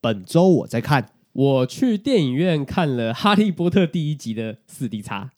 本周我在看，我去电影院看了《哈利波特》第一集的四 D 叉，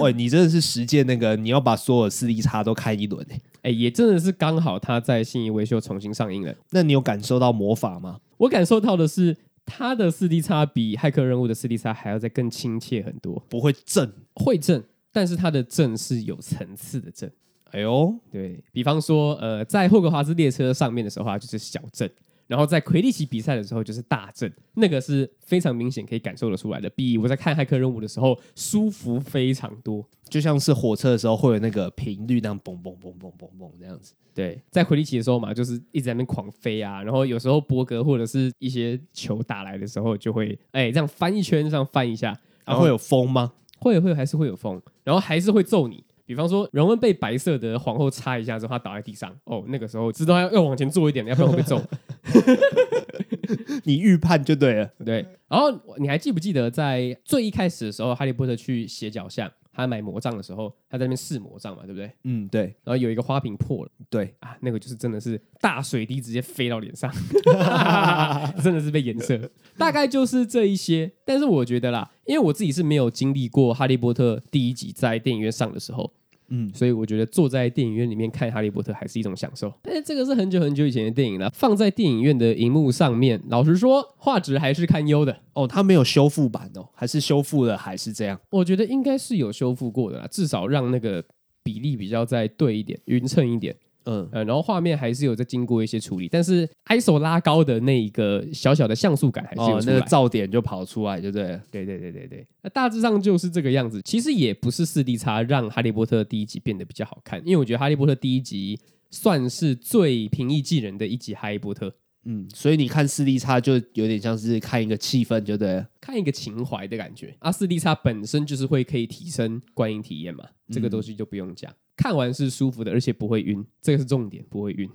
喂，你真的是实践那个，你要把所有四 D 叉都看一轮、欸、哎，也真的是刚好它在信义维修重新上映了。那你有感受到魔法吗？我感受到的是，它的四 D 叉比《骇客任务》的四 D 叉还要再更亲切很多，不会震。会震，但是它的震是有层次的震。哎呦，对比方说，呃，在霍格华兹列车上面的时候啊，就是小震；然后在魁地奇比赛的时候就是大震，那个是非常明显可以感受得出来的，比我在看《骇客任务》的时候舒服非常多。就像是火车的时候会有那个频率，那样嘣嘣嘣嘣嘣嘣这样子。对，在魁地奇的时候嘛，就是一直在那边狂飞啊，然后有时候波格或者是一些球打来的时候，就会哎这样翻一圈，这样翻一下，啊，然后会有风吗？会会还是会有风，然后还是会揍你。比方说，荣恩被白色的皇后插一下之后，他倒在地上。哦，那个时候知道要要往前坐一点，要不然会被揍。你预判就对了。对，然后你还记不记得在最一开始的时候，哈利波特去斜角巷，他买魔杖的时候，他在那边试魔杖嘛，对不对？嗯，对然后有一个花瓶破了对，啊，那个就是真的是大水滴直接飞到脸上， 真的是被颜色。大概就是这一些，但是我觉得啦，因为我自己是没有经历过《哈利波特》第一集在电影院上的时候，嗯，所以我觉得坐在电影院里面看《哈利波特》还是一种享受。但是这个是很久很久以前的电影了，放在电影院的荧幕上面，老实说，画质还是堪忧的。哦，它没有修复版哦，还是修复了还是这样？我觉得应该是有修复过的啦，至少让那个比例比较再对一点，匀称一点。嗯，呃，然后画面还是有在经过一些处理，但是 ISO 拉高的那一个小小的像素感还是有哦，出那来。个噪点就跑出来，就对了。对对对对对，那大致上就是这个样子。其实也不是四 D 差让《哈利波特》第一集变得比较好看，因为我觉得《哈利波特》第一集算是最平易近人的一集《哈利波特》，嗯，所以你看四 D 叉就有点像是看一个气氛，就对了。看一个情怀的感觉。啊，四 D 差本身就是会可以提升观影体验嘛，这嗯个东西就不用讲。看完是舒服的，而且不会晕，这个是重点，不会晕。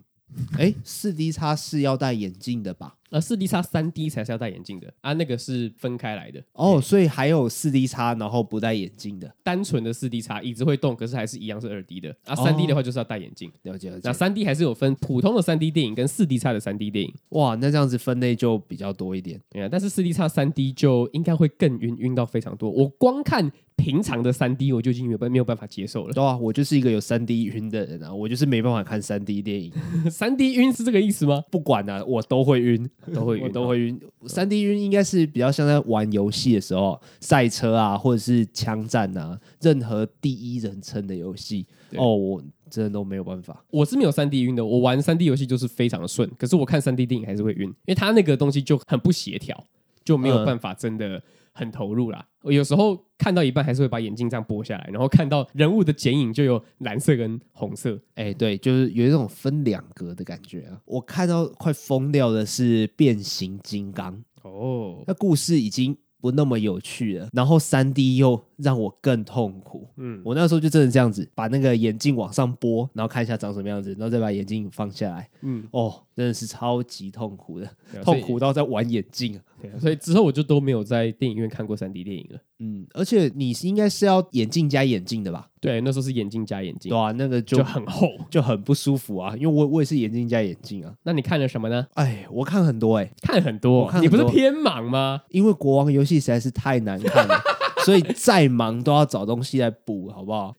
哎，四 D 叉是要戴眼镜的吧？呃，四 D 差三 D 才是要戴眼镜的啊，那个是分开来的。哦，所以还有四 D 叉，然后不戴眼镜的。单纯的四 D 差，椅子会动，可是还是一样是二 D 的。啊，哦三 D 的话就是要戴眼镜。了解了那解。三 D 还是有分普通的三 D 电影跟四 D 差的三 D 电影，哇，那这样子分类就比较多一点。哎呀但是四 D 差三 D 就应该会更晕，晕到非常多。我光看平常的三 D 我就已经没有办没有办法接受了。 对啊，我就是一个有三 D 晕的人啊，我就是没办法看三 D 电影， 三 D 晕是这个意思吗？不管啊，我都会晕。啊都会我 晕，都。会晕。三 D 晕应该是比较像在玩游戏的时候，赛车啊，或者是枪战啊，任何第一人称的游戏，对哦，我真的都没有办法。我是没有三 D 晕的，我玩三 D 游戏就是非常的顺，可是我看三 D 电影还是会晕，因为它那个东西就很不协调，就没有嗯办法真的很投入啦。我有时候看到一半还是会把眼镜这样拨下来，然后看到人物的剪影就有蓝色跟红色，哎，对，就是有一种分两格的感觉啊。我看到快疯掉的是变形金刚，哦，那故事已经不那么有趣了，然后三 D 又让我更痛苦。嗯，我那时候就真的这样子，把那个眼镜往上拨，然后看一下长什么样子，然后再把眼镜放下来。嗯，哦，真的是超级痛苦的，对啊痛苦到在玩眼镜啊。所以对啊所以之后我就都没有在电影院看过三 D 电影了。嗯，而且你是应该是要眼镜加眼镜的吧？对，那时候是眼镜加眼镜，对啊，那个就就很厚。就很不舒服啊，因为我我也是眼镜加眼镜啊。那你看了什么呢？哎，我看很多哎、看很多，我看很你不是多偏盲吗？因为国王游戏实在是太难看了，所以再忙都要找东西来补，好不好？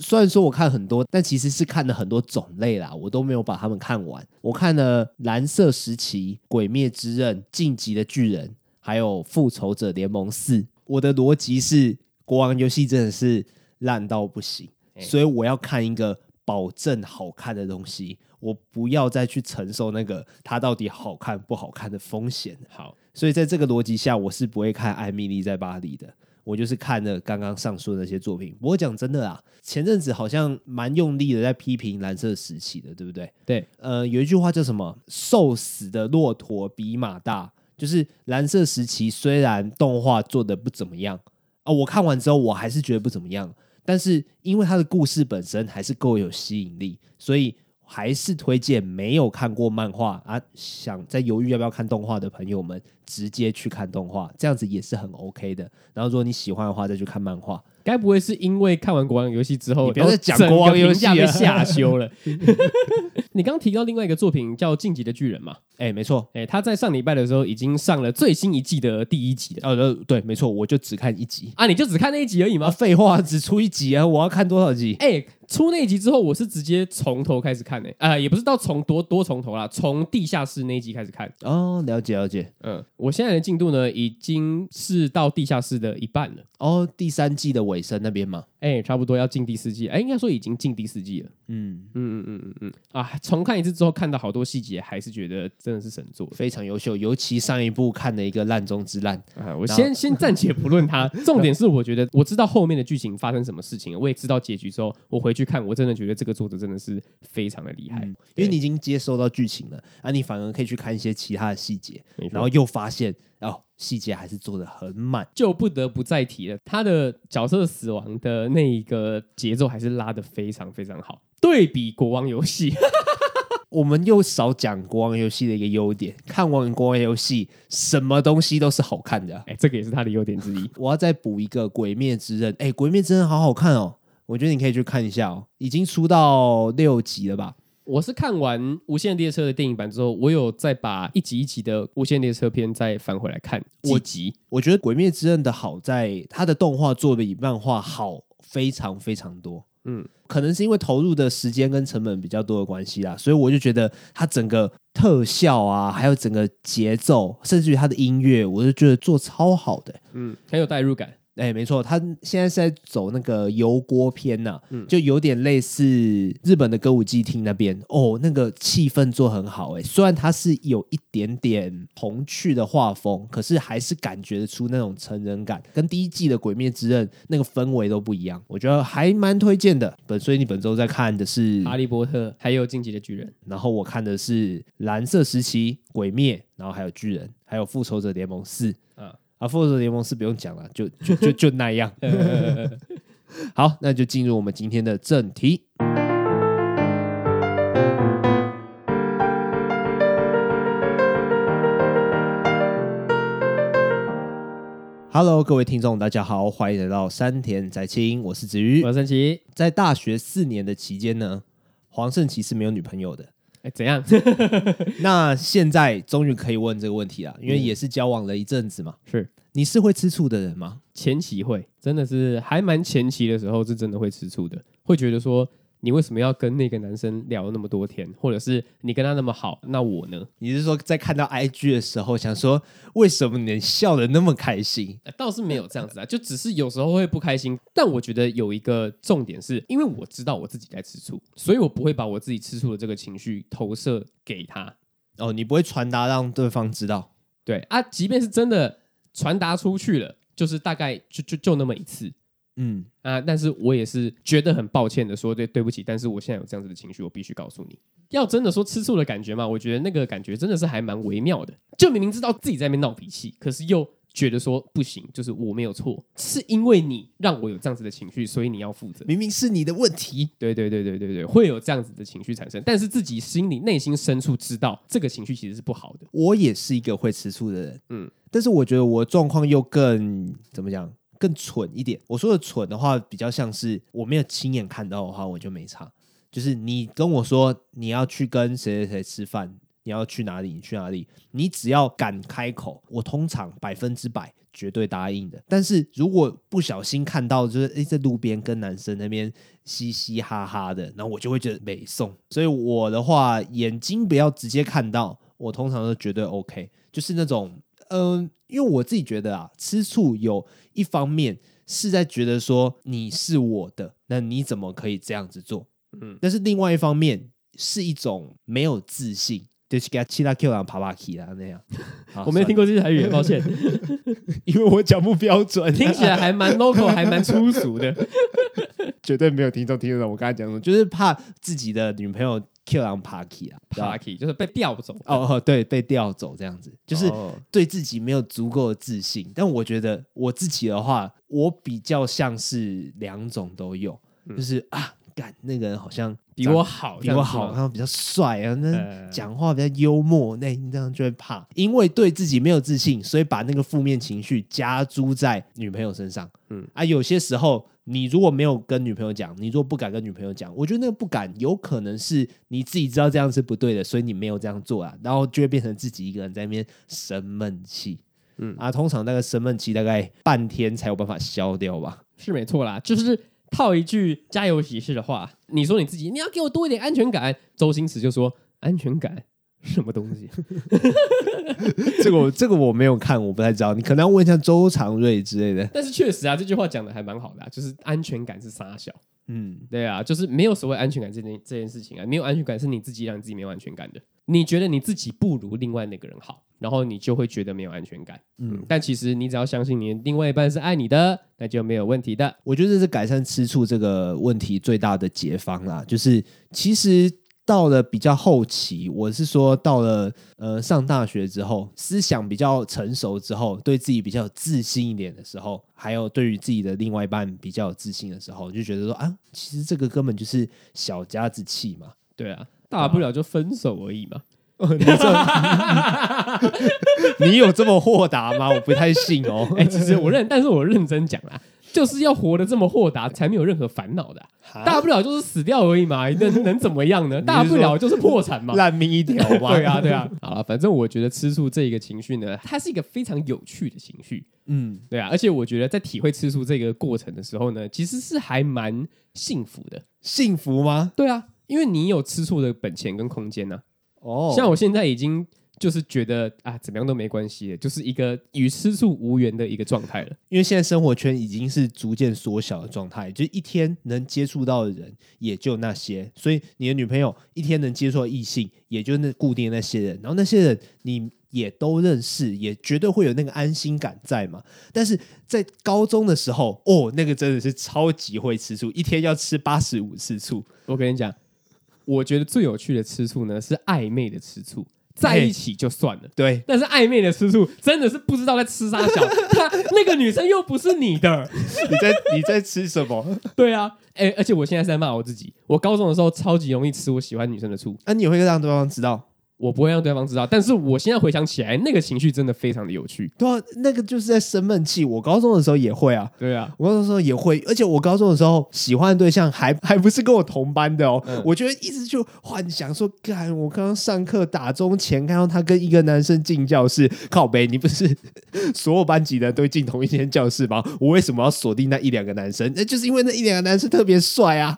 虽然说我看很多，但其实是看了很多种类啦，我都没有把它们看完。我看了《蓝色时期》《鬼灭之刃》《晋级的巨人》，还有《复仇者联盟四》。我的逻辑是，国王游戏真的是烂到不行，哎所以我要看一个保证好看的东西，我不要再去承受那个它到底好看不好看的风险。好，所以在这个逻辑下，我是不会看《艾米丽在巴黎》的。我就是看了刚刚上述的那些作品。不过讲真的啦，前阵子好像蛮用力的在批评蓝色时期的，对不对？对，呃，有一句话叫什么“瘦死的骆驼比马大”，就是蓝色时期虽然动画做的不怎么样啊、我看完之后我还是觉得不怎么样，但是因为它的故事本身还是够有吸引力，所以还是推荐没有看过漫画啊，想在犹豫要不要看动画的朋友们，直接去看动画，这样子也是很 OK 的。然后如果你喜欢的话，再去看漫画。该不会是因为看完国王游戏之后，你不要再讲然后整国王游个评戏价啊被下修了？ 你刚提到另外一个作品叫《晋级的巨人》嘛？哎、没错，哎，他在上礼拜的时候已经上了最新一季的第一集了呃呃，对，没错，我就只看一集。啊！你就只看那一集而已啊，吗？废话，只出一集啊！我要看多少集？哎，出那一集之后，我是直接从头开始看诶，啊，也不是到从多多从头啦，从地下室那一集开始看。哦，了解了解。嗯，我现在的进度呢，已经是到地下室的一半了。哦，第三季的尾声那边嘛，哎、差不多要进第四季，哎、应该说已经进第四季了。嗯，嗯嗯嗯嗯嗯，啊，重看一次之后，看到好多细节，还是觉得真的是神作非常优秀。尤其上一部呃看的一个烂中之烂，啊！我然后先先暂且不论 它，重点是我觉得我知道后面的剧情发生什么事情，我也知道结局之后，我回去看，我真的觉得这个作者真的是非常的厉害。嗯，因为你已经接收到剧情了，啊，你反而可以去看一些其他的细节，没错然后又发现哦，细节还是做的很满。就不得不再提了，他的角色死亡的那一个节奏还是拉得非常非常好，对比国王游戏， 我们又少讲国王游戏的一个优点，看完国王游戏，什么东西都是好看的。哎、这个也是他的优点之一。我要再补一个《鬼灭之刃》，哎，《鬼灭之刃》好好看哦，我觉得你可以去看一下哦，已经出到六集了吧？我是看完《无限列车》的电影版之后，我有再把一集一集的《无限列车》篇再翻回来看我几集。我觉得《鬼灭之刃》的好在它的动画做的比漫画好非常非常多。嗯，可能是因为投入的时间跟成本比较多的关系啦，所以我就觉得它整个特效啊，还有整个节奏，甚至于它的音乐，我就觉得做超好的、嗯，很有代入感。哎、没错，他现在是在走那个油锅片呐、嗯就有点类似日本的歌舞伎町那边哦，那个气氛做很好哎、虽然它是有一点点童趣的画风，可是还是感觉得出那种成人感，跟第一季的《鬼灭之刃》那个氛围都不一样，我觉得还蛮推荐的。本所以你本周在看的是《哈利波特》还有《进击的巨人》， 然后我看的是《蓝色时期》《鬼灭》，然后还有《巨人》，还有《复仇者联盟四》啊啊。啊，《复仇者联盟四》不用讲了，就就就就那样。好，那就进入我们今天的正题。Hello，各位听众，大家好，欢迎来到山田宅青，我是子瑜我。神奇，在大学四年的期间呢，黄圣琪是没有女朋友的。哎，怎 样？那现在终于可以问这个问题了，因为也是交往了一阵子嘛。是你是会吃醋的人吗？前期会，真的是还蛮前期的时候，是真的会吃醋的，会觉得说你为什么要跟那个男生聊那么多天，或者是你跟他那么好，那我呢？你是说在看到 IG 的时候，想说为什么你笑的那么开心？呃倒是没有这样子啊，就只是有时候会不开心。但我觉得有一个重点是，因为我知道我自己在吃醋，所以我不会把我自己吃醋的这个情绪投射给他。哦，你不会传达让对方知道。对啊，即便是真的传达出去了，就是大概就就就那么一次嗯，啊。但是我也是觉得很抱歉的说，对对不起，但是我现在有这样子的情绪，我必须告诉你。要真的说吃醋的感觉嘛，我觉得那个感觉真的是还蛮微妙的。就明明知道自己在那边闹脾气，可是又觉得说不行，就是我没有错，是因为你让我有这样子的情绪，所以你要负责。明明是你的问题。对对对对对对，会有这样子的情绪产生，但是自己心里内心深处知道这个情绪其实是不好的。我也是一个会吃醋的人，嗯嗯，但是我觉得我状况又更怎么讲，更蠢一点。我说的蠢的话，比较像是我没有亲眼看到的话，我就没差。就是你跟我说你要去跟谁谁谁吃饭，你要去哪里，你去哪里，你只要敢开口，我通常百分之百绝对答应的。但是如果不小心看到，就是诶在路边跟男生那边嘻嘻哈哈的，然后我就会觉得美送。所以我的话，眼睛不要直接看到，我通常都绝对 OK，就是那种嗯、因为我自己觉得啊，吃醋有一方面是在觉得说你是我的，那你怎么可以这样子做？嗯嗯，但是另外一方面是一种没有自信。就是给他气啦 Q 啦爬爬 K 啦啊那 样，好我没有听，过这些台语，抱 歉，算了因为我讲不标准，听起来还蛮 local，还蛮粗俗的。绝对没有听众听得懂我刚才讲什么，就是怕自己的女朋友 Q 狼爬 K 啊，对吧 Party 就是被调走，哦哦对，被调走这样子，就是哦对自己没有足够的自信。但我觉得我自己的话，嗯我比较像是两种都有，就是啊，感那个人好像比我好，比这我样子好，吗然，后比较帅啊，那呃讲话比较幽默，那你这样就会怕，因为对自己没有自信，所以把那个负面情绪加诸在女朋友身上。嗯嗯啊，有些时候你如果没有跟女朋友讲，你如果不敢跟女朋友讲，我觉得那个不敢有可能是你自己知道这样是不对的，所以你没有这样做啊，然后就会变成自己一个人在那边生闷气。嗯嗯啊，通常那个生闷气大概半天才有办法消掉吧。是没错啦，就是套一句加油喜事的话，你说你自己你要给我多一点安全感，周星驰就说安全感什么东西？这个我这个我没有看，我不太知道。你可能要问一下周长瑞之类的。但是确实啊，这句话讲的还蛮好的、啊，就是安全感是傻小，嗯，对啊，就是没有所谓安全感这件这件事情啊，没有安全感是你自己让自己没有安全感的，你觉得你自己不如另外那个人好。然后你就会觉得没有安全感，嗯，但其实你只要相信你的另外一半是爱你的，那就没有问题的。我觉得这是改善吃醋这个问题最大的解方啦。就是其实到了比较后期，我是说到了呃上大学之后，思想比较成熟之后，对自己比较有自信一点的时候，还有对于自己的另外一半比较有自信的时候，就觉得说啊，其实这个根本就是小家子气嘛。对啊，大不了就分手而已嘛。你这 你有这么豁达吗？我不太信哦。 哎、其实我认，但是我认真讲啦，就是要活得这么豁达，才没有任何烦恼的啊、大不了就是死掉而已嘛， 能能怎么样呢？大不了就是破产嘛。烂命一条吧。对啊，对啊。好了，反正我觉得吃醋这一个情绪呢，它是一个非常有趣的情绪。嗯，对啊，而且我觉得在体会吃醋这个过程的时候呢，其实是还蛮幸福的。幸福吗？对啊，因为你有吃醋的本钱跟空间呢、啊哦，像我现在已经就是觉得啊，怎么样都没关系了，就是一个与吃醋无缘的一个状态了。因为现在生活圈已经是逐渐缩小的状态，就是一天能接触到的人也就那些，所以你的女朋友一天能接触到异性也就那固定的那些人，然后那些人你也都认识，也绝对会有那个安心感在嘛。但是在高中的时候，哦，那个真的是超级会吃醋，一天要吃八十五次醋，我跟你讲，我觉得最有趣的吃醋呢是暧昧的吃醋，在一起就算了。对，但是暧昧的吃醋真的是不知道在吃啥小，他那个女生又不是你的，你在你在吃什 么？对啊，哎、而且我现在是在骂我自己，我高中的时候超级容易吃我喜欢女生的醋，那、啊你也会让对方知道？我不会让对方知道，但是我现在回想起来，那个情绪真的非常的有趣，对啊，那个就是在生闷气。我高中的时候也会啊，对啊，我高中的时候也会，而且我高中的时候喜欢的对象还还不是跟我同班的哦，我觉得一直就幻想说，干，我刚刚上课打钟前看到他跟一个男生进教室，靠北，你不是 所有班级的人都会进同一间教室吗？我为什么要锁定那一两个男生？那就是因为那一两个男生特别帅啊。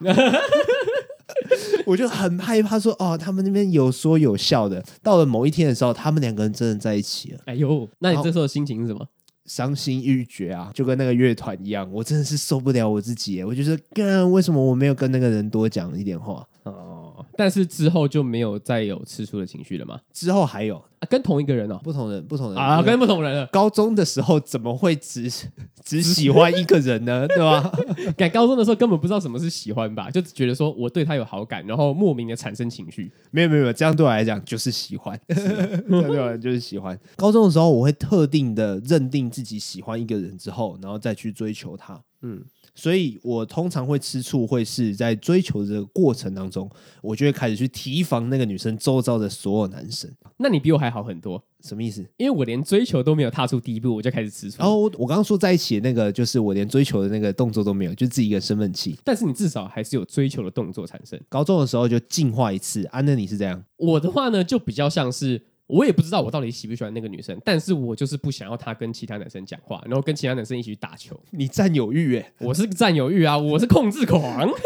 我就很害怕说哦，他们那边有说有笑的。到了某一天的时候，他们两个人真的在一起了，哎呦，那你这时候的心情是什么？伤心欲绝啊，就跟那个乐团一样，我真的是受不了我自己耶，我就是干，为什么我没有跟那个人多讲一点话？哦，但是之后就没有再有吃醋的情绪了吗？之后还有啊，跟同一个人哦，不同人，不同人啊，因为跟不同人了。高中的时候怎么会只 只喜欢一个人呢？对吧？感高中的时候根本不知道什么是喜欢吧，就只觉得说我对他有好感，然后莫名的产生情绪。没有没有没有，这样对我来讲就是喜欢，这样对我来讲就是喜欢。高中的时候，我会特定的认定自己喜欢一个人之后，然后再去追求他。嗯，所以我通常会吃醋，会是在追求的过程当中，我就会开始去提防那个女生周遭的所有男生。那你比我还好很多，什么意思？因为我连追求都没有踏出第一步，我就开始吃醋。然后我我刚刚说在一起的那个，就是我连追求的那个动作都没有，就自己一个身份气。但是你至少还是有追求的动作产生。高中的时候就进化一次，安、啊、那你是这样？我的话呢，就比较像是我也不知道我到底喜不喜欢那个女生，但是我就是不想要她跟其他男生讲话，然后跟其他男生一起去打球。你占有欲哎，我是占有欲啊，我是控制 狂。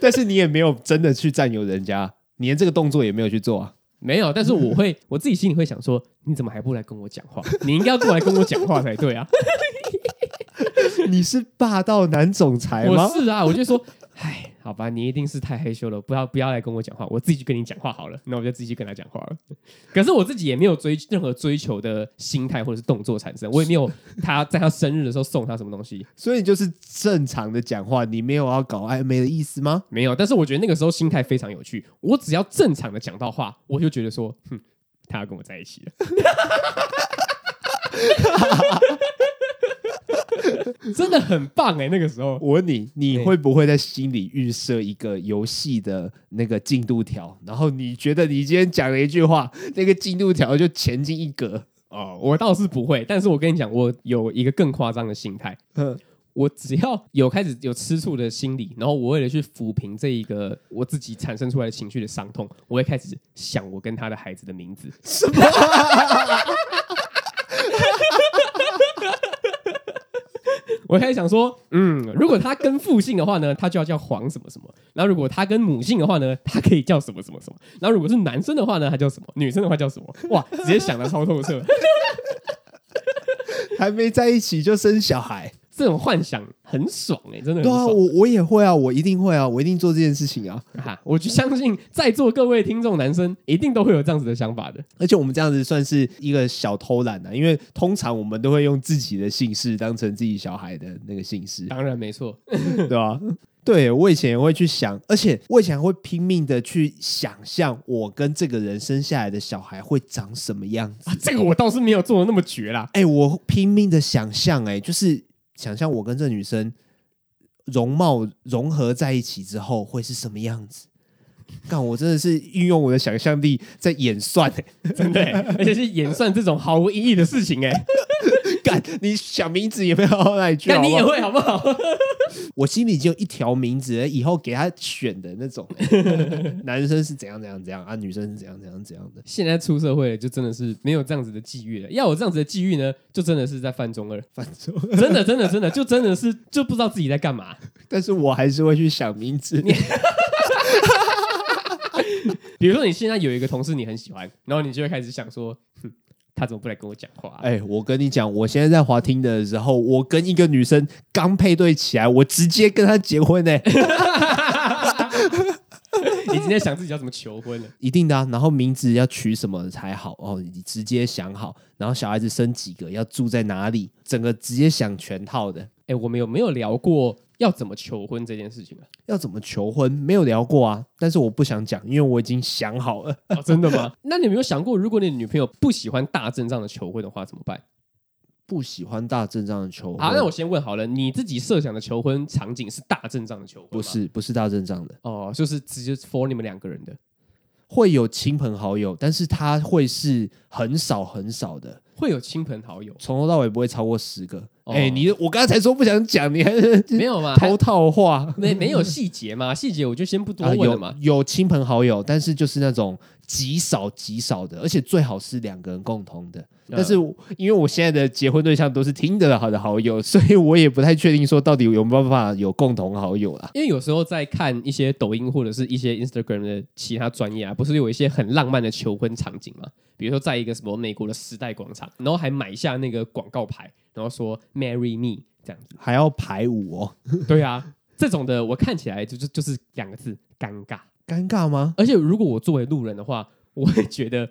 但是你也没有真的去占有人家，你连这个动作也没有去做啊。没有，但是我会我自己心里会想说，你怎么还不来跟我讲话？你应该要过来跟我讲话才对啊。 你是霸道男总裁我吗？是啊，我就说， 哎，好吧，你一定是太害羞了，不要不要来跟我讲话，我自己去跟你讲话好了。那我就自己去跟他讲话了。可是我自己也没有追任何追求的心态或者是动作产生，我也没有他在他生日的时候送他什么东西，所以你就是正常的讲话，你没有要搞暧昧的意思吗？没有。但是我觉得那个时候心态非常有趣，我只要正常的讲到话，我就觉得说， 哼，他要跟我在一起了。 真的很棒哎、那个时候我问你，你对会不会在心里预设一个游戏的那个进度条？然后你觉得你今天讲了一句话，那个进度条就前进一格。哦，我倒是不会，但是我跟你讲，我有一个更夸张的心态，我只要有开始有吃醋的心理，然后我为了去抚平这一个我自己产生出来的情绪的伤痛，我会开始想我跟他的孩子的名字。什么？ 我开始想说，嗯，如果他跟父姓的话呢，他就要叫黄什么什么；然后如果他跟母姓的话呢，他可以叫什么什么什么；然后如果是男生的话呢，他叫什么；女生的话叫什么？哇，直接想的超透彻。 还没在一起就生小孩？这种幻想很爽哎、真的很对啊，爽。我我也会啊，我一定会啊，我一定做这件事情啊。哈、 我就相信在座各位听众男生一定都会有这样子的想法的。而且我们这样子算是一个小偷懒啊，因为通常我们都会用自己的姓氏当成自己小孩的那个姓氏， 当然没错，对吧、对我以前也会去想，而且我以前会拼命的去想象我跟这个人生下来的小孩会长什么样子。啊、这个我倒是没有做的那么绝 啦。哎、我拼命的想象，哎，就是想象我跟这女生容貌融合在一起之后会是什么样子。干，我真的是运用我的想象力在演算、 哎。真的欸、而且是演算这种毫无意义的事情哎、 干，你想名字也没有到那里去，那你好不也好会好不好？ 我心里已经有一条名字了，以后给他选的那种、哎 男生是怎样怎样怎样啊，女生是怎样怎样怎样的。现在出社会了，就真的是没有这样子的际遇了。要有这样子的际遇呢，就真的是在犯中二， 反正，真的真的真的，就真的是就不知道自己在干嘛。但是我还是会去想名字。比如说你现在有一个同事你很喜欢，然后你就会开始想说，哼，他怎么不来跟我讲话啊、哎、我跟你讲，我现在在滑听的时候，我跟一个女生刚配对起来，我直接跟她结婚呢、 你今天想自己要怎么求婚 了？一定的、啊。然后名字要取什么才好哦，你直接想好。然后小孩子生几个，要住在哪里，整个直接想全套的。哎、我们有没有聊过要怎么求婚这件事情啊？要怎么求婚没有聊过啊，但是我不想讲，因为我已经想好了。 哦、真的吗？ 那你有没有想过，如果你的女朋友不喜欢大阵仗的求婚的话，怎么办？不喜欢大阵仗的求婚。好、啊那我先问好了，你自己设想的求婚场景是大阵仗的求婚吗不？是不是大阵仗的，哦，就是直接 for 你们两个人的，会有亲朋好友，但是他会是很少很少的，，会有亲朋好友从头到尾不会超过十个。哎、哦你我刚才说不想讲，你还是没有嘛？还偷套话。没没有细 节嘛？细节我就先不多啊问了有嘛。有亲朋好友，但是就是那种极少极少的，而且最好是两个人共同的。嗯但是我因为我现在的结婚对象都是听得好的好友，所以我也不太确定说到底有没有办法有共同好友啦。因为有时候在看一些抖音或者是一些 Instagram 的其他专业啊，不是有一些很浪漫的求婚场景吗？比如说在一个什么美国的时代广场，然后还买下那个广告牌，然后说 “Marry me” 这样子。还要排舞哦，对啊，这种的我看起来就就就是两个字尴尬。尴尬吗？而且如果我作为路人的话，我会觉得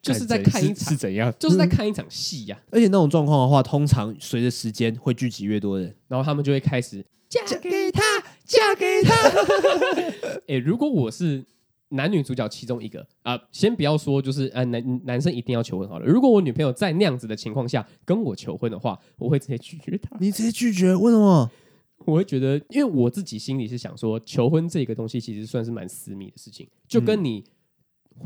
就是在看一是场是，怎样？嗯就是在看一场戏啊呀、而且那种状况的话，通常随着时间会聚集越多人。然后他们就会开始嫁给他，嫁给他，诶，如果我是男女主角其中一个啊、先不要说就是呃男男生一定要求婚好了。如果我女朋友在那样子的情况下跟我求婚的话，我会直接拒绝她。你直接拒绝，为什么？我会觉得，因为我自己心里是想说，求婚这个东西其实算是蛮私密的事情，就嗯跟你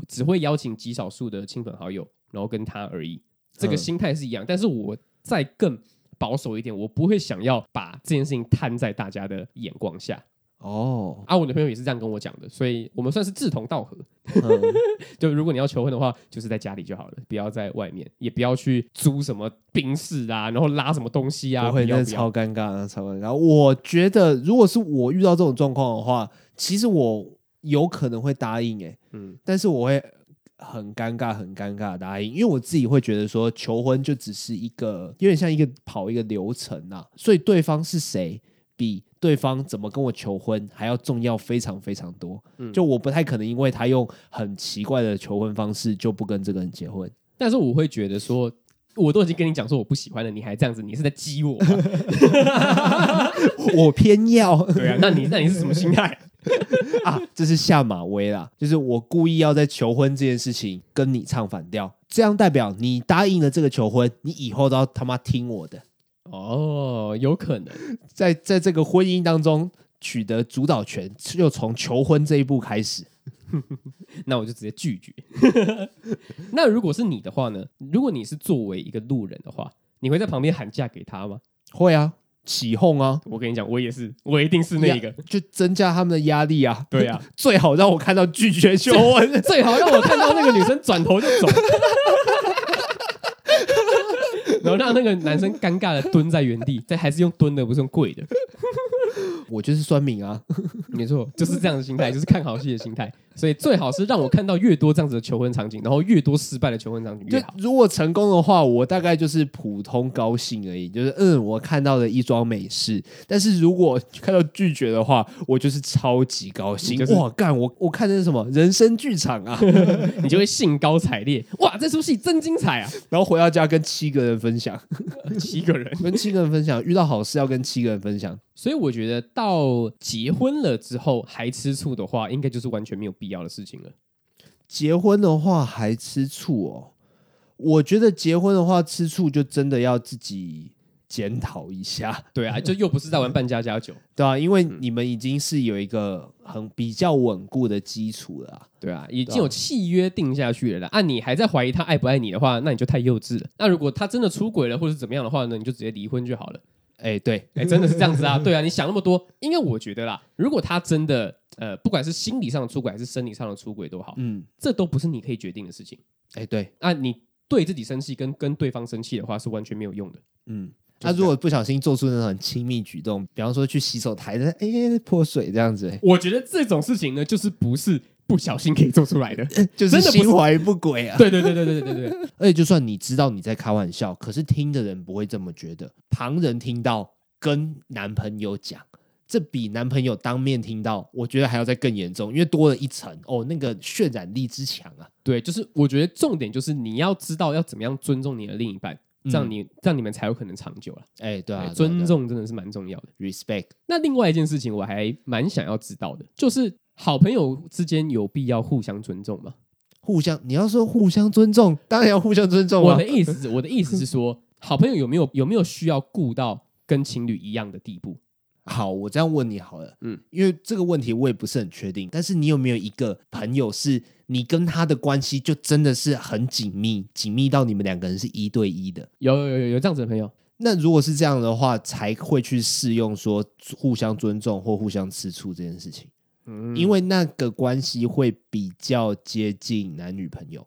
只会邀请极少数的亲朋好友，然后跟他而已，这个嗯心态是一样。但是我再更保守一点，我不会想要把这件事情摊在大家的眼光下。 哦，啊，我女朋友也是这样跟我讲的，所以我们算是志同道合。嗯就如果你要求婚的话，就是在家里就好了，不要在外面，也不要去租什么冰室啊，然后拉什么东西啊，不会，不要那不要超尴尬，那超尴尬。我觉得，如果是我遇到这种状况的话，其实我有可能会答应、欸，嗯，但是我会很尴尬，很尴尬地答应，因为我自己会觉得说，求婚就只是一个有点像一个跑一个流程啊，所以对方是谁比对方怎么跟我求婚还要重要非常非常多。嗯就我不太可能因为他用很奇怪的求婚方式就不跟这个人结婚。 但是我会觉得说，我都已经跟你讲说我不喜欢了，你还这样子，你是在激我吧？我偏要 对啊，那你那你是什么心态？ 啊，这是下马威啦，就是我故意要在求婚这件事情跟你唱反调，这样代表你答应了这个求婚，你以后都要他妈听我的。哦，有可能，在在这个婚姻当中取得主导权，又从求婚这一步开始。那我就直接拒绝。 那如果是你的话呢？如果你是作为一个路人的话，你会在旁边喊价给他吗？会啊，起哄啊，我跟你讲，我也是，我一定是那个压。就增加他们的压力啊。对啊， 最好让我看到拒绝求婚。最好让我看到那个女生转头就走， 然后让那个男生尴尬的蹲在原地，但还是用蹲的，不是用跪的。 我就是酸民啊，没错，就是这样的心态，就是看好戏的心态。所以最好是让我看到越多这样子的求婚场景，然后越多失败的求婚场景就越好。如果成功的话，我大概就是普通高兴而已，就是嗯，我看到了一桩美事。但是如果 看到拒绝的话，我就是超级高兴。你就是哇，干我我看的是什么人生剧场啊！你就会兴高采烈，哇，这出戏真精彩 啊！然后回到家跟七个人分享，七个人，跟七个人分享，遇到好事要跟七个人分享。所以我觉得到结婚了之后还吃醋的话，应该就是完全没有必要的事情了。结婚的话还吃醋哦，我觉得结婚的话吃醋就真的要自己检讨一下，对啊，就又不是在玩扮家家酒。对啊，因为你们已经是有一个很比较稳固的基础了啊、对啊，已经有契约定下去了啦。啊，你还在怀疑他爱不爱你的话，那你就太幼稚了。那如果他真的出轨了，或者是怎么样的话呢，你就直接离婚就好了。哎、对，哎，真的是这样子啊？对啊，你想那么多，因为我觉得啦，如果他真的呃，不管是心理上的出轨还是生理上的出轨都好，嗯，这都不是你可以决定的事情。哎、对，啊，你对自己生气跟跟对方生气的话是完全没有用的。嗯。就是他、如果不小心做出那种很亲密举动，比方说去洗手台的，哎、泼水这样子、哎我觉得这种事情呢，就是不是不小心可以做出来的。 就是真的不是心怀不轨啊。对对对对对对对对， 而且就算你知道你在开玩笑，可是听的人不会这么觉得，旁人听到跟男朋友讲，这比男朋友当面听到，我觉得还要再更严重，因为多了一层哦，那个渲染力之强啊。对，就是我觉得重点就是你要知道要怎么样尊重你的另一半，这样你这样你们才有可能长久了。嗯哎、对啊，哎对啊尊重真的是蛮重要的。对啊 respect，那另外一件事情我还蛮想要知道的，就是好朋友之间有必要互相尊重吗？互相，你要说互相尊重，当然要互相尊重我啊的。意思，我的意思是说，好朋友有没有有没有需要顾到跟情侣一样的地步？好，我这样问你好了，嗯嗯，因为这个问题我也不是很确定，但是你有没有一个朋友是你跟他的关系就真的是很紧密，紧密到你们两个人是一对一的？有有有有这样子的朋友，那如果是这样的话，才会去适用说互相尊重或互相吃醋这件事情，嗯因为那个关系会比较接近男女朋友。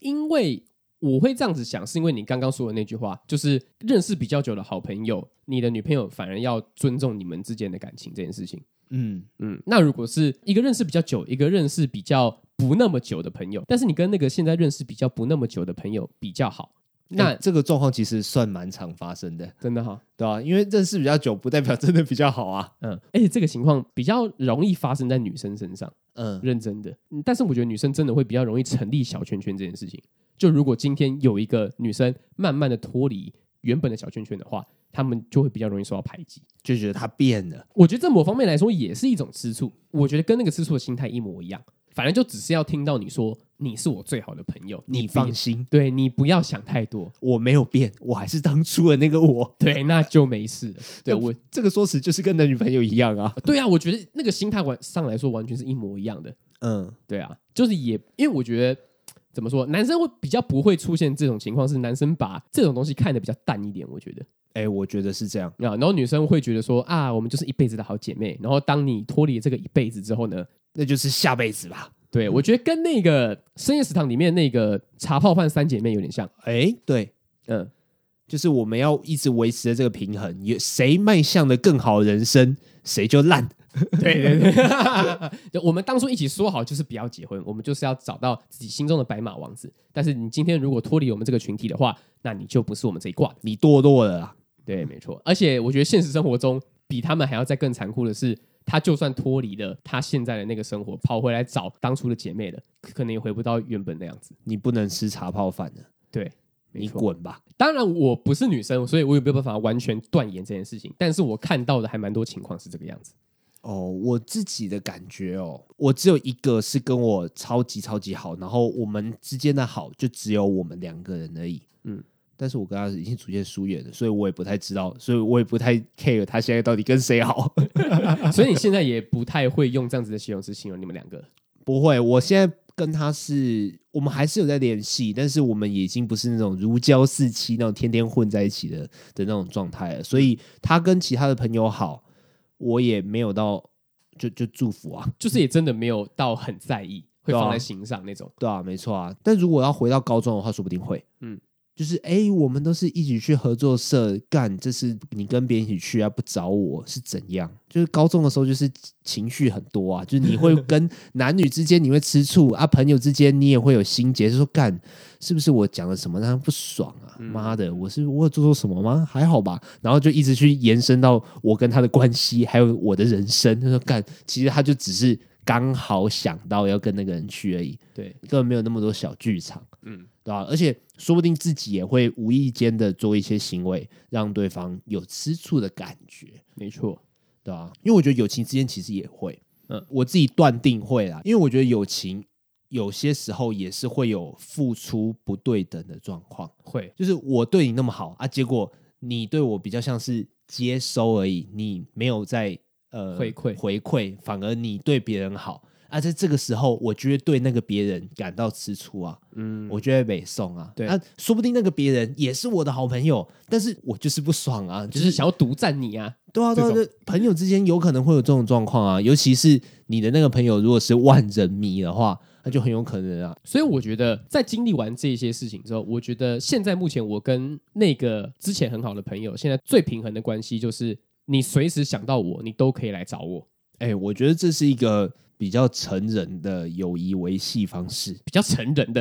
因为我会这样子想，是因为你刚刚说的那句话，就是认识比较久的好朋友，你的女朋友反而要尊重你们之间的感情这件事情。嗯，嗯，那如果是一个认识比较久，一个认识比较不那么久的朋友，但是你跟那个现在认识比较不那么久的朋友比较好，那、那这个状况其实算蛮常发生的，哎真的哈，对吧、因为认识比较久，不代表真的比较好啊。嗯，而且这个情况比较容易发生在女生身上，嗯，认真的。嗯但是我觉得女生真的会比较容易成立小圈圈这件事情。就如果今天有一个女生慢慢的脱离原本的小圈圈的话，她们就会比较容易受到排挤。就觉得他变了。我觉得在某方面来说也是一种吃醋，我觉得跟那个吃醋的心态一模一样，反正就只是要听到你说你是我最好的朋友，你不要放心，对你不要想 太多，我没有变，我还是当初的那个我。对，那就没事了。对那我，这个说辞就是跟男女朋友一样啊。对啊，我觉得那个心态完上来说完全是一模一样的。嗯，对啊，就是也因为我觉得怎么说，男生会比较不会出现这种情况，是男生把这种东西看得比较淡一点，我觉得哎、我觉得是这样。啊，然后女生会觉得说啊，我们就是一辈子的好姐妹。然后当你脱离这个一辈子之后呢，那就是下辈子吧。对我觉得跟那个深夜食堂里面那个茶泡饭三姐妹有点像，哎、对，嗯，就是我们要一直维持着这个平衡，有谁迈向了更好的人生，谁就烂。 对对对， 就我们当初一起说好就是不要结婚，我们就是要找到自己心中的白马王子。但是你今天如果脱离我们这个群体的话，那你就不是我们这一挂的。你堕落了啊啦，对，没错。而且我觉得现实生活中比他们还要再更残酷的是，他就算脱离了他现在的那个生活，跑回来找当初的姐妹了，可能也回不到原本那样子。你不能吃茶泡饭了，对，没你错。滚吧。当然，我不是女生，所以我也没有办法完全断言这件事情。但是我看到的还蛮多情况是这个样 子。哦，我自己的感觉哦，我只有一个是跟我超级超级好，然后我们之间的好就只有我们两个人而已。嗯嗯，但是我跟他已经逐渐疏远了，所以我也不太知道，所以我也不太 care 他现在到底跟谁好。 所以你现在也不太会用这样子的形容词形容你们两个。不会，我现在跟他是，我们还是有在联系，但是我们已经不是那种如胶似漆那种天天混在一起的的那种状态了。所以他跟其他的朋友好，我也没有到就就祝福啊，就是也真的没有到很在意，会对啊放在心上那种。对啊，没错啊。但如果要回到高中的话，说不定会，嗯嗯，就是哎、诶我们都是一起去合作社干，这是你跟别人一起去啊，不找我是怎样？就是高中的时候，就是情绪很多啊，就是你会跟男女之间你会吃醋啊，朋友之间你也会有心结，就说干是不是我讲了什么让他不爽啊？妈的，我是我有做错什么吗？还好吧。然后就一直去延伸到我跟他的关系，还有我的人生。他说干，其实他就只是刚好想到要跟那个人去而已。对，啊根本没有那么多小剧场，嗯，对吧、而且说不定自己也会无意间的做一些行为，让对方有吃醋的感觉，没错。对吧、因为我觉得友情之间其实也会，嗯嗯，我自己断定会啦，因为我觉得友情有些时候也是会有付出不对等的状况，会，就是我对你那么好啊，结果你对我比较像是接收而已，你没有在呃回馈回馈，反而你对别人好啊，在这个时候，我就会对那个别人感到吃醋啊，嗯，我就会北宋啊，对啊，说不定那个别人也是我的好朋友，但是我就是不爽啊，就就是是想要独占你啊。对啊，对啊，这对朋友之间有可能会有这种状况啊，尤其是你的那个朋友如果是万人迷的话，那就很有可能啊，所以我觉得，在经历完这些事情之后，我觉得现在目前我跟那个之前很好的朋友，现在最平衡的关系就是，你随时想到我，你都可以来找我，哎、我觉得这是一个比较成人的友谊维系方式。比较成人的，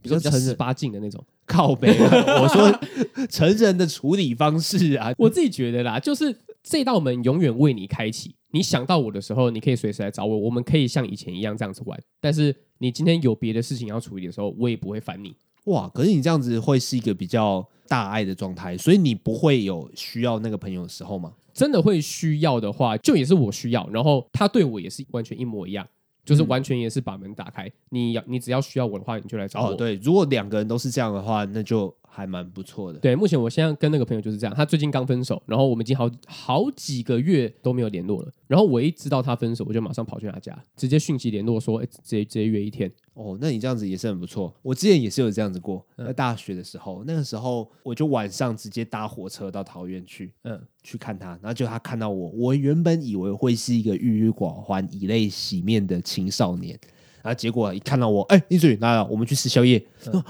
比较比较成人十八禁的那种。靠背、啊，我说成人的处理方式啊，我自己觉得啦，就是这道门永远为你开启。你想到我的时候，你可以随时来找我，我们可以像以前一样这样子玩。但是你今天有别的事情要处理的时候，我也不会烦你。哇，可是你这样子会是一个比较大爱的状态，所以你不会有需要那个朋友的时候吗？真的会需要的话，就也是我需要，然后他对我也是完全一模一样，嗯就是完全也是把门打开。你要你只要需要我的话，你就来找我。哦，对，如果两个人都是这样的话，那就还蛮不错的。对目前我现在跟那个朋友就是这样，他最近刚分手，然后我们已经好好几个月都没有联络了。然后我一知道他分手，我就马上跑去他家，直接讯息联络说，哎，直接直接约一天。哦，那你这样子也是很不错。我之前也是有这样子过，嗯在大学的时候，那个时候我就晚上直接搭火车到桃园去嗯，去看他，然后就他看到我，我原本以为会是一个郁郁寡欢、以泪洗面的青少年，然后结果一看到我，哎、你嘴来了，我们去吃宵夜。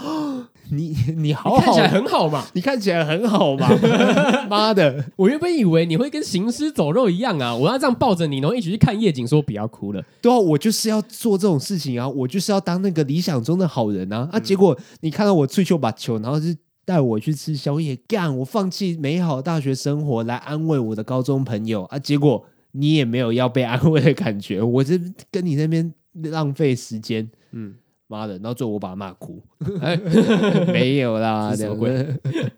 你你好看好起来很好嘛。嗯 你看起来很好嘛，妈的！我原本以为你会跟行尸走肉一样啊，我要这样抱着你，然后一起去看夜景，说不要哭了。对啊，我就是要做这种事情啊，我就是要当那个理想中的好人啊！嗯啊，结果你看到我吹球把球，然后就带我去吃宵夜，干！我放弃美好的大学生活来安慰我的高中朋友啊，结果你也没有要被安慰的感觉，我这跟你那边浪费时间，嗯嗯，妈的！然后最后我把他骂 哭，哎 没有啦，这是什对么不对啊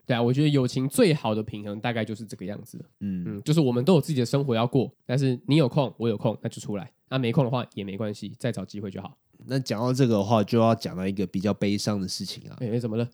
对啊，我觉得友情最好的平衡大概就是这个样子了。嗯，嗯，就是我们都有自己的生活要过，但是你有空，我有空，那就出来；那、没空的话也没关系，再找机会就好。那讲到这个的话，就要讲到一个比较悲伤的事情啊，哎、怎么了？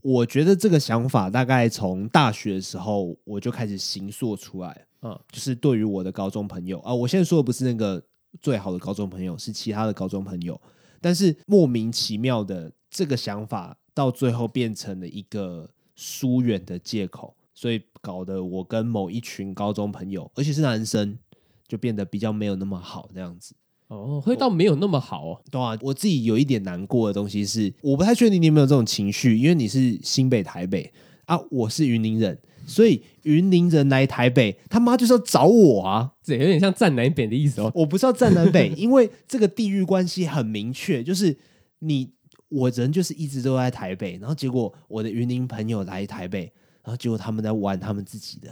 我觉得这个想法大概从大学的时候我就开始形塑出来，嗯就是对于我的高中朋友啊，我现在说的不是那个最好的高中朋友，是其他的高中朋友，但是莫名其妙的这个想法到最后变成了一个疏远的借口，所以搞得我跟某一群高中朋友，而且是男生，就变得比较没有那么好那样子。哦，会到没有那么好哦。对啊，我自己有一点难过的东西是，我不太确定你有没有这种情绪，因为你是新北、台北啊，我是云林人，所以云林人来台北，他妈就是要找我啊！这有点像站南北的意思哦。我不是要站南北， 因为这个地域关系很明确，就是你我人就是一直都在台北，然后结果我的云林朋友来台北，然后结果他们在玩他们自己的，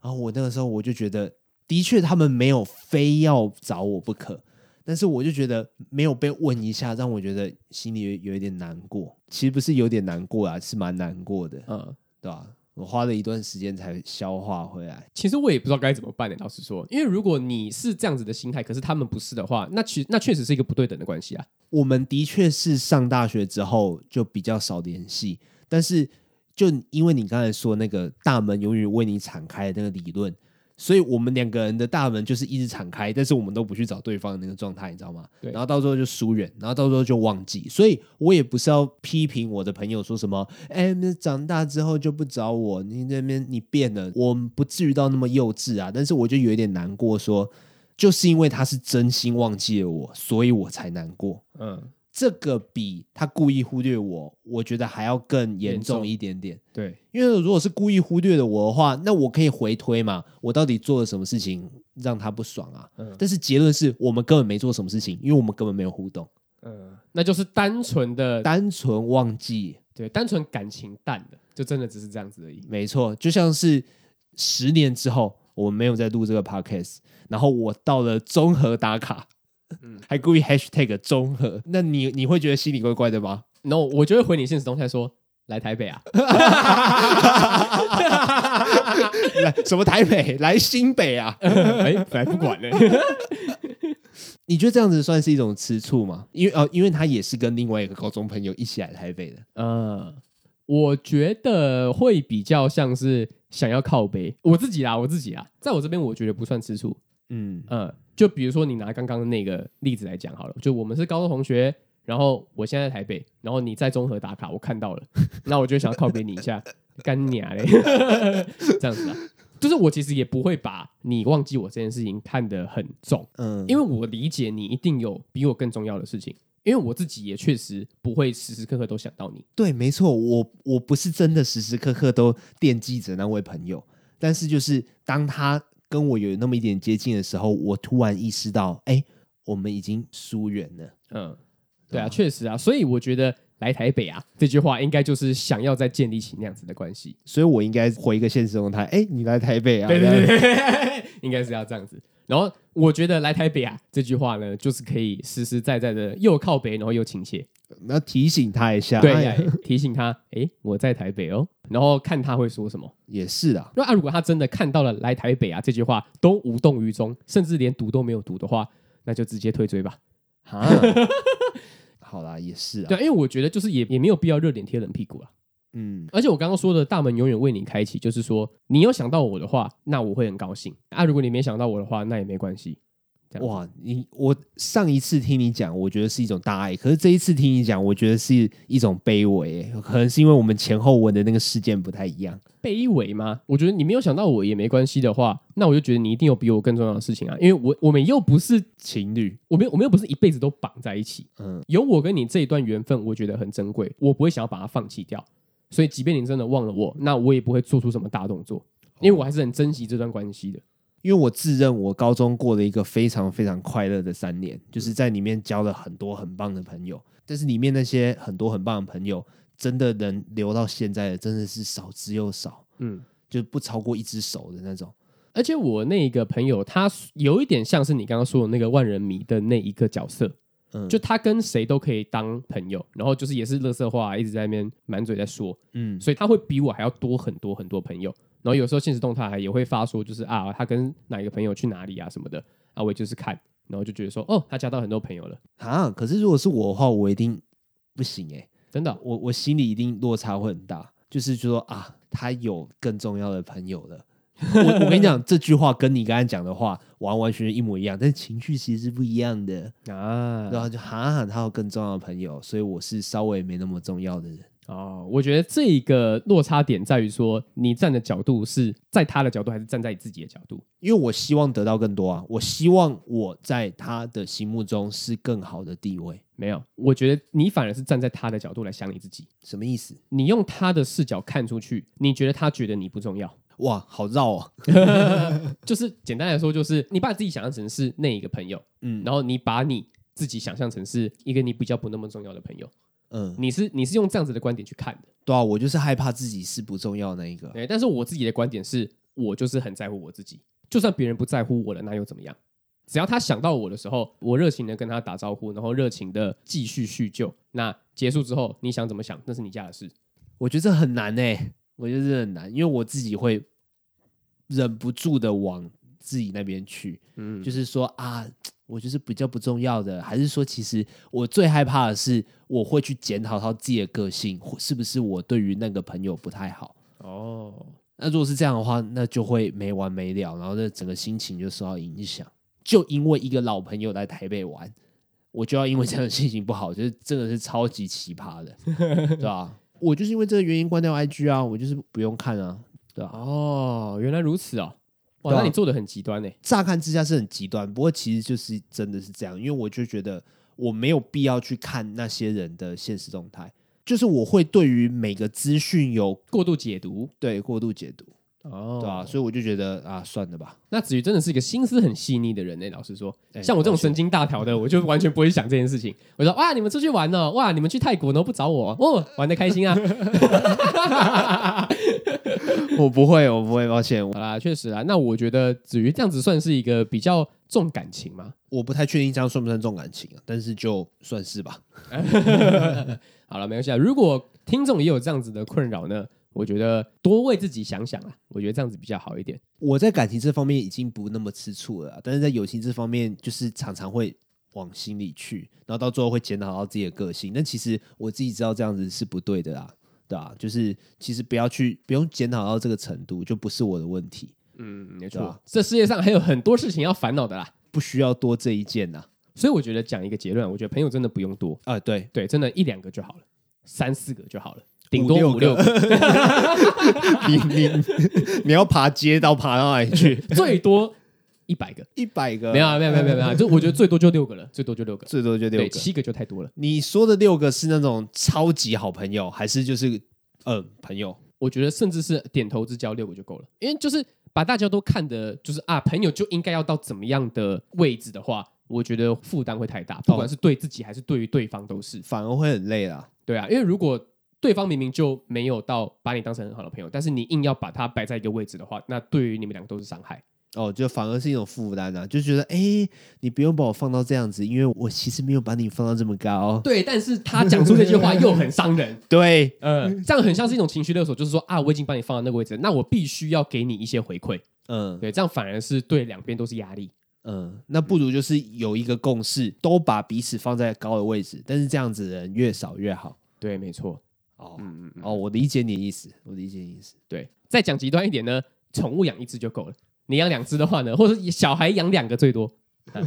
然后我那个时候我就觉得，的确他们没有非要找我不可，但是我就觉得没有被问一下，让我觉得心里有有一点难过。其实不是有点难过啊，是蛮难过的，嗯，对吧、我花了一段时间才消化回来。其实我也不知道该怎么办欸呢。老实说，因为如果你是这样子的心态，可是他们不是的话，那其那确实是一个不对等的关系啊。我们的确是上大学之后就比较少联系，但是就因为你刚才说那个大门永远为你敞开的那个理论，所以我们两个人的大门就是一直敞开，但是我们都不去找对方的那个状态，你知道吗？对然后到时候就疏远，然后到时候就忘记。所以我也不是要批评我的朋友说什么，哎、那长大之后就不找我，你那边你变了，我们不至于到那么幼稚啊。但是我就有点难过说就是因为他是真心忘记了我，所以我才难过。嗯，这个比他故意忽略我，我觉得还要更严重一点点。对，因为如果是故意忽略了我的话，那我可以回推嘛，我到底做了什么事情让他不爽啊？嗯但是结论是我们根本没做什么事情，因为我们根本没有互动，嗯，那就是单纯的单纯忘记。对，单纯感情淡的，就真的只是这样子而已。没错，就像是十年之后我们没有在录这个 podcast，然后我到了综合打卡，嗯还故意 hashtag 综合，那你你会觉得心里怪怪的吗？然后我就会回你现实动态说。来台北啊！ 来什么台北，来新北 啊？哎，本来不管呢、你觉得这样子算是一种吃醋吗？因为哦，因为他也是跟另外一个高中朋友一起来台北的，嗯，我觉得会比较像是想要靠背我自己啦，我自己啦，在我这边我觉得不算吃醋。嗯嗯，就比如说你拿刚刚那个例子来讲好了，就我们是高中同学，然后我现在在台北，然后你在综合打卡，我看 到了，那我就想要靠背你一 下，干你啊 嘞，这样子啊。就是我其实也不会把你忘记我这件事情看得很重，嗯，因为我理解你一定有比我更重要的事情，因为我自己也确实不会时时刻刻都想到你。对，没错，我我不是真的时时刻刻都惦记着那位朋友，但是就是当他跟我有那么一点接近的时候，我突然意识到，哎、我们已经疏远了。嗯，对啊，确实啊，所以我觉得来台北啊这句话应该就是想要再建立起那样子的关系。所以我应该回一个现实动态，哎、你来台北啊？这样对对， 应该是要这样子。然后我觉得来台北啊这句话呢，就是可以实实在在的又靠北，然后又亲切，那提醒他一下，对，哎来提醒他，诶，我在台北哦，然后看他会说什么。也是啊，那、啊、如果他真的看到了来台北啊这句话都无动于衷，甚至连读都没有读的话，那就直接退追吧。 哈，好啦，也是啊，对啊，因为我觉得就是也也没有必要热脸贴冷屁股啊。嗯，而且我刚刚说的大门永远为你开启，就是说你有想到我的话，那我会很高兴啊；如果你没想到我的话，那也没关系。这样子哇，你我上一次听你讲，我觉得是一种大爱，可是这一次听你讲，我觉得是一种卑微、可能是因为我们前后文的那个事件不太一样。卑微吗？我觉得你没有想到我也没关系的话，那我就觉得你一定有比我更重要的事情啊，因为我我们又不是情侣，我们我们又不是一辈子都绑在一起，嗯，有我跟你这一段缘分，我觉得很珍贵，我不会想要把它放弃掉。所以，即便你真的忘了我，那我也不会做出什么大动作，因为我还是很珍惜这段关系的。因为我自认我高中过了一个非常非常快乐的三年，就是在里面交了很多很棒的朋友，但是里面那些很多很棒的朋友，真的能留到现在的真的是少之又少，嗯，就不超过一只手的那种。而且我那个朋友，他有一点像是你刚刚说的那个万人迷的那一个角色，嗯，就他跟谁都可以当朋友，然后就是也是乐色话，一直在那边满嘴在说，嗯所以他会比我还要多很多很多朋友。然后有时候现实动态还也会发说，就是啊，他跟哪一个朋友去哪里啊什么的，啊，我也就是看，然后就觉得说，哦，他交到很多朋友了，啊，可是如果是我的话，我一定不行哎、真的哦、我我心里一定落差会很大，就是说啊，他有更重要的朋友了。我我跟你讲，这句话跟你刚才讲的话完完全全一模一样，但是情绪其实是不一样的。然啊，后就哈，他有更重要的朋友，所以我是稍微没那么重要的人。哦，我觉得这个落差点在于说，你站的角度是在他的角度，还是站在你自己的角度？因为我希望得到更多啊，我希望我在他的心目中是更好的地位，没有，我觉得你反而是站在他的角度来想你自己，什么意思？你用他的视角看出去，你觉得他觉得你不重要，哇，好绕哦。 就是简单来说，就是你把自己想象成是那一个朋友，嗯然后你把你自己想象成是一个你比较不那么重要的朋友，嗯，你是你是用这样子的观点去看的，对啊，我就是害怕自己是不重要的那一个。对，但是我自己的观点是我就是很在乎我自己，就算别人不在乎我了，那又怎么样？只要他想到我的时候，我热情的跟他打招呼，然后热情的继续叙旧。那结束之后，你想怎么想，那是你家的事。我觉得这很难呢、我觉得这很难，因为我自己会忍不住的往自己那边去，嗯就是说啊，我就是比较不重要的，还是说其实我最害怕的是我会去检讨到自己的个性，或是不是我对于那个朋友不太好？哦，那如果是这样的话，那就会没完没了，然后这整个心情就受到影响。就因为一个老朋友来台北玩，我就要因为这样的心情不好，就是真的是超级奇葩的，对吧、 我就是因为这个原因关掉 IG 啊，我就是不用看啊，对吧、哦，原来如此哦。哇，对啊那你做的很极端呢。欸乍看之下是很极端，不过其实就是真的是这样，因为我就觉得我没有必要去看那些人的现实动态，就是我会对于每个资讯有过度解读对过度解读，哦对吧、所以我就觉得啊，算了吧， 那子瑜真的是一个心思很细腻的人欸呢、老实说，哎像我这种抱歉神经大条的，我就完全不会想这件事情。我说哇，你们出去玩哦，哇，你们去泰国呢不找我哦，玩的开心啊。我不会，我不会，抱歉， 好啦，确实啊。那我觉得子瑜这样子算是一个比较重感情嘛。我不太确定这样算不算重感情啊，但是就算是吧。好了，没关系啊。如果听众也有这样子的困扰呢，我觉得多为自己想想啊，我觉得这样子比较好一点。我在感情这方面已经不那么吃醋了啊，但是在友情这方面，就是常常会往心里去，然后到最后会检讨到自己的个性。但其实我自己知道这样子是不对的啦，对啊，就是其实不要去，不用检讨到这个程度，就不是我的问题，嗯，没对啊这世界上还有很多事情要烦恼的啦。不需要多这一件呐、所以我觉得讲一个结论啊，我觉得朋友真的不用多，啊。对， 对，真的一两个就好了，三四个就好了，顶多五六五六个， 你你你要爬街道爬到哪里去？ 最多一百个。一百个没有、啊，没有，没有，没有，没有啊，就我觉得最多就六个了，最多就六个，最多就 六对，个。七个就太多了。你说的六个是那种超级好朋友，还是就是呃朋友？我觉得甚至是点头之交六个就够了，因为就是把大家都看的，就是啊，朋友就应该要到怎么样的位置的话，我觉得负担会太大，不管是对自己还是对于对方都是。反而会很累啦。对啊，因为如果对方明明就没有到把你当成很好的朋友，但是你硬要把他摆在一个位置的话，那对于你们两个都是伤害。哦，就反而是一种负担啊，就觉得哎、诶你不用把我放到这样子，因为我其实没有把你放到这么高。对，但是他讲出这句话又很伤人，对，呃，这样很像是一种情绪勒索，就是说啊，我已经把你放到那个位置，那我必须要给你一些回馈。嗯对，这样反而是对两边都是压力。嗯，那不如就是有一个共识，都把彼此放在高的位置，但是这样子的人越少越好。对，没错。哦、嗯嗯嗯，哦，我理解你的意思，我理解你的意思。对。再讲极端一点呢，宠物养一只就够了。你养两只的话呢，或者是小孩养两个最多，啊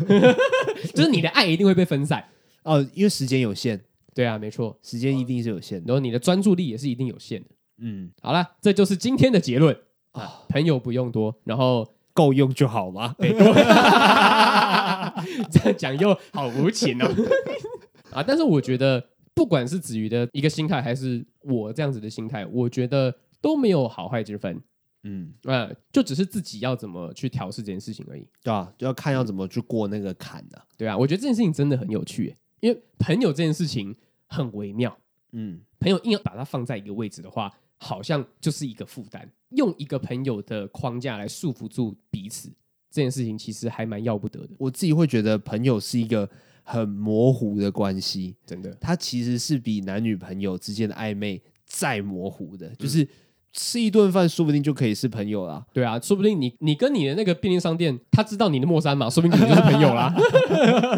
就是你的爱一定会被分散。哦，因为时间有限，对啊，没错。时间一定是有限的。然后你的专注力也是一定有限的。嗯，好啦，这就是今天的结论啊，朋友不用多，然后哦够用就好嘛。得多。 这样讲又好无情哦。 啊，但是我觉得，不管是子瑜的一个心态，还是我这样子的心态，我觉得都没有好坏之分。 嗯，呃，就只是自己要怎么去调试这件事情而已。对啊，就要看要怎么去过那个坎啊。对啊，我觉得这件事情真的很有趣耶，因为朋友这件事情很微妙。嗯，朋友硬要把它放在一个位置的话，好像就是一个负担。用一个朋友的框架来束缚住彼此，这件事情其实还蛮要不得的，我自己会觉得朋友是一个很模糊的关系。真的。它其实是比男女朋友之间的暧昧再模糊的，就是吃一顿饭说不定就可以是朋友 啦。对啊，说不定你你跟你的那个便利商店，他知道你的莫山嘛，说不定你们就是朋友 啦。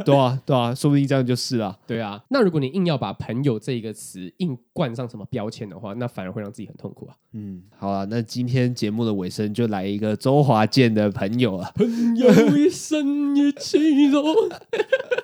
对啊，对啊，说不定这样就是啦。对啊，那如果你硬要把“朋友”这个词硬冠上什么标签的话，那反而会让自己很痛苦啊。嗯，好啦，那今天节目的尾声就来一个周华健的朋友 啊朋友一生一起走。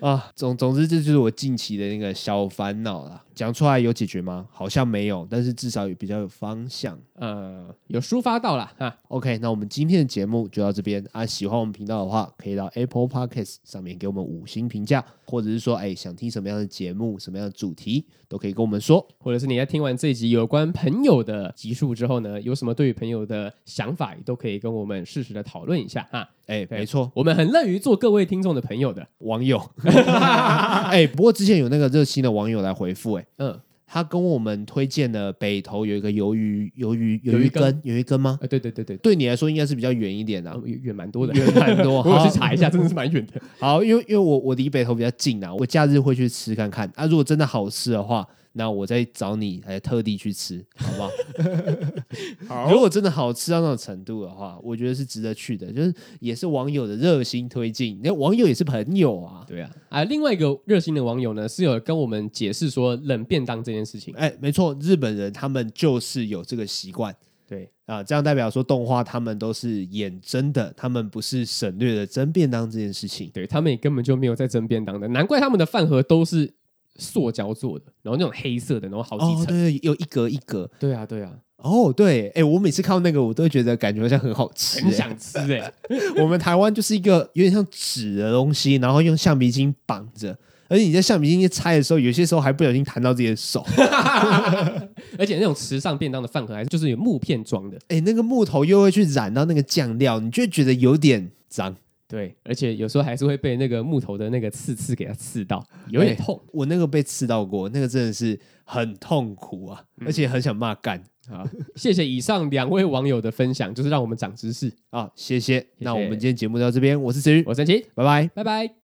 啊，总总之这就是我近期的那个小烦恼啦。讲出来有解决吗？好像没有，但是至少也比较有方向。呃，有抒发到啦。哈。 OK，那我们今天的节目就到这边啊。喜欢我们频道的话，可以到 Apple Podcast 上面给我们五星评价，或者是说，哎，想听什么样的节目、什么样的主题，都可以跟我们说。或者是你在听完这一集有关朋友的集数之后呢，有什么对于朋友的想法，也都可以跟我们适时的讨论一下哈。哎，对没错，我们很乐于做各位听众的朋友的。网友。 哎，不过之前有那个热心的网友来回复，哎，嗯，他跟我们推荐了北投有一个鱿鱼、鱿鱼、鱿鱿鱼鱼羹羹、鱿鱼羹吗？呃，对对对对，对你来说应该是比较远一点的、啊远远蛮多的，远蛮多 我有去好查一下，真的是蛮远的。好，因为因为我我离北投比较近啊，我假日会去吃看看啊。如果真的好吃的话，那我再找你还特地去吃，好不好？ 好如果真的好吃到那种程度的话，我觉得是值得去的，就是也是网友的热心推荐，那网友也是朋友啊。对啊，啊，另外一个热心的网友呢，是有跟我们解释说冷便当这件事情。哎，没错，日本人他们就是有这个习惯对，啊，这样代表说动画他们都是演真的，他们不是省略了蒸便当这件事情。对他们也根本就没有在蒸便当的，难怪他们的饭盒都是塑胶做的，然后那种黑色的，然后好几哦，层。对，有一格一格。对啊，对啊，哦，对，哎，我每次看到那个，我都会觉得感觉好像很好吃、很哎想吃哎、 我们台湾就是一个有点像纸的东西，然后用橡皮筋绑着，而且你在橡皮筋一拆的时候，有些时候还不小心弹到自己的手。而且那种时尚便当的饭盒还是就是有木片装的。哎、那个木头又会去染到那个酱料，你就会觉得有点脏。对，而且有时候还是会被那个木头的那个刺刺给它刺到，有点哎痛我那个被刺到过，那个真的是很痛苦啊，嗯而且很想骂干啊。谢谢以上两位网友的分享，就是让我们长知识。啊！谢谢，那我们谢今天节目就到这边，我是子瑜，我是陈奇，拜拜。拜拜。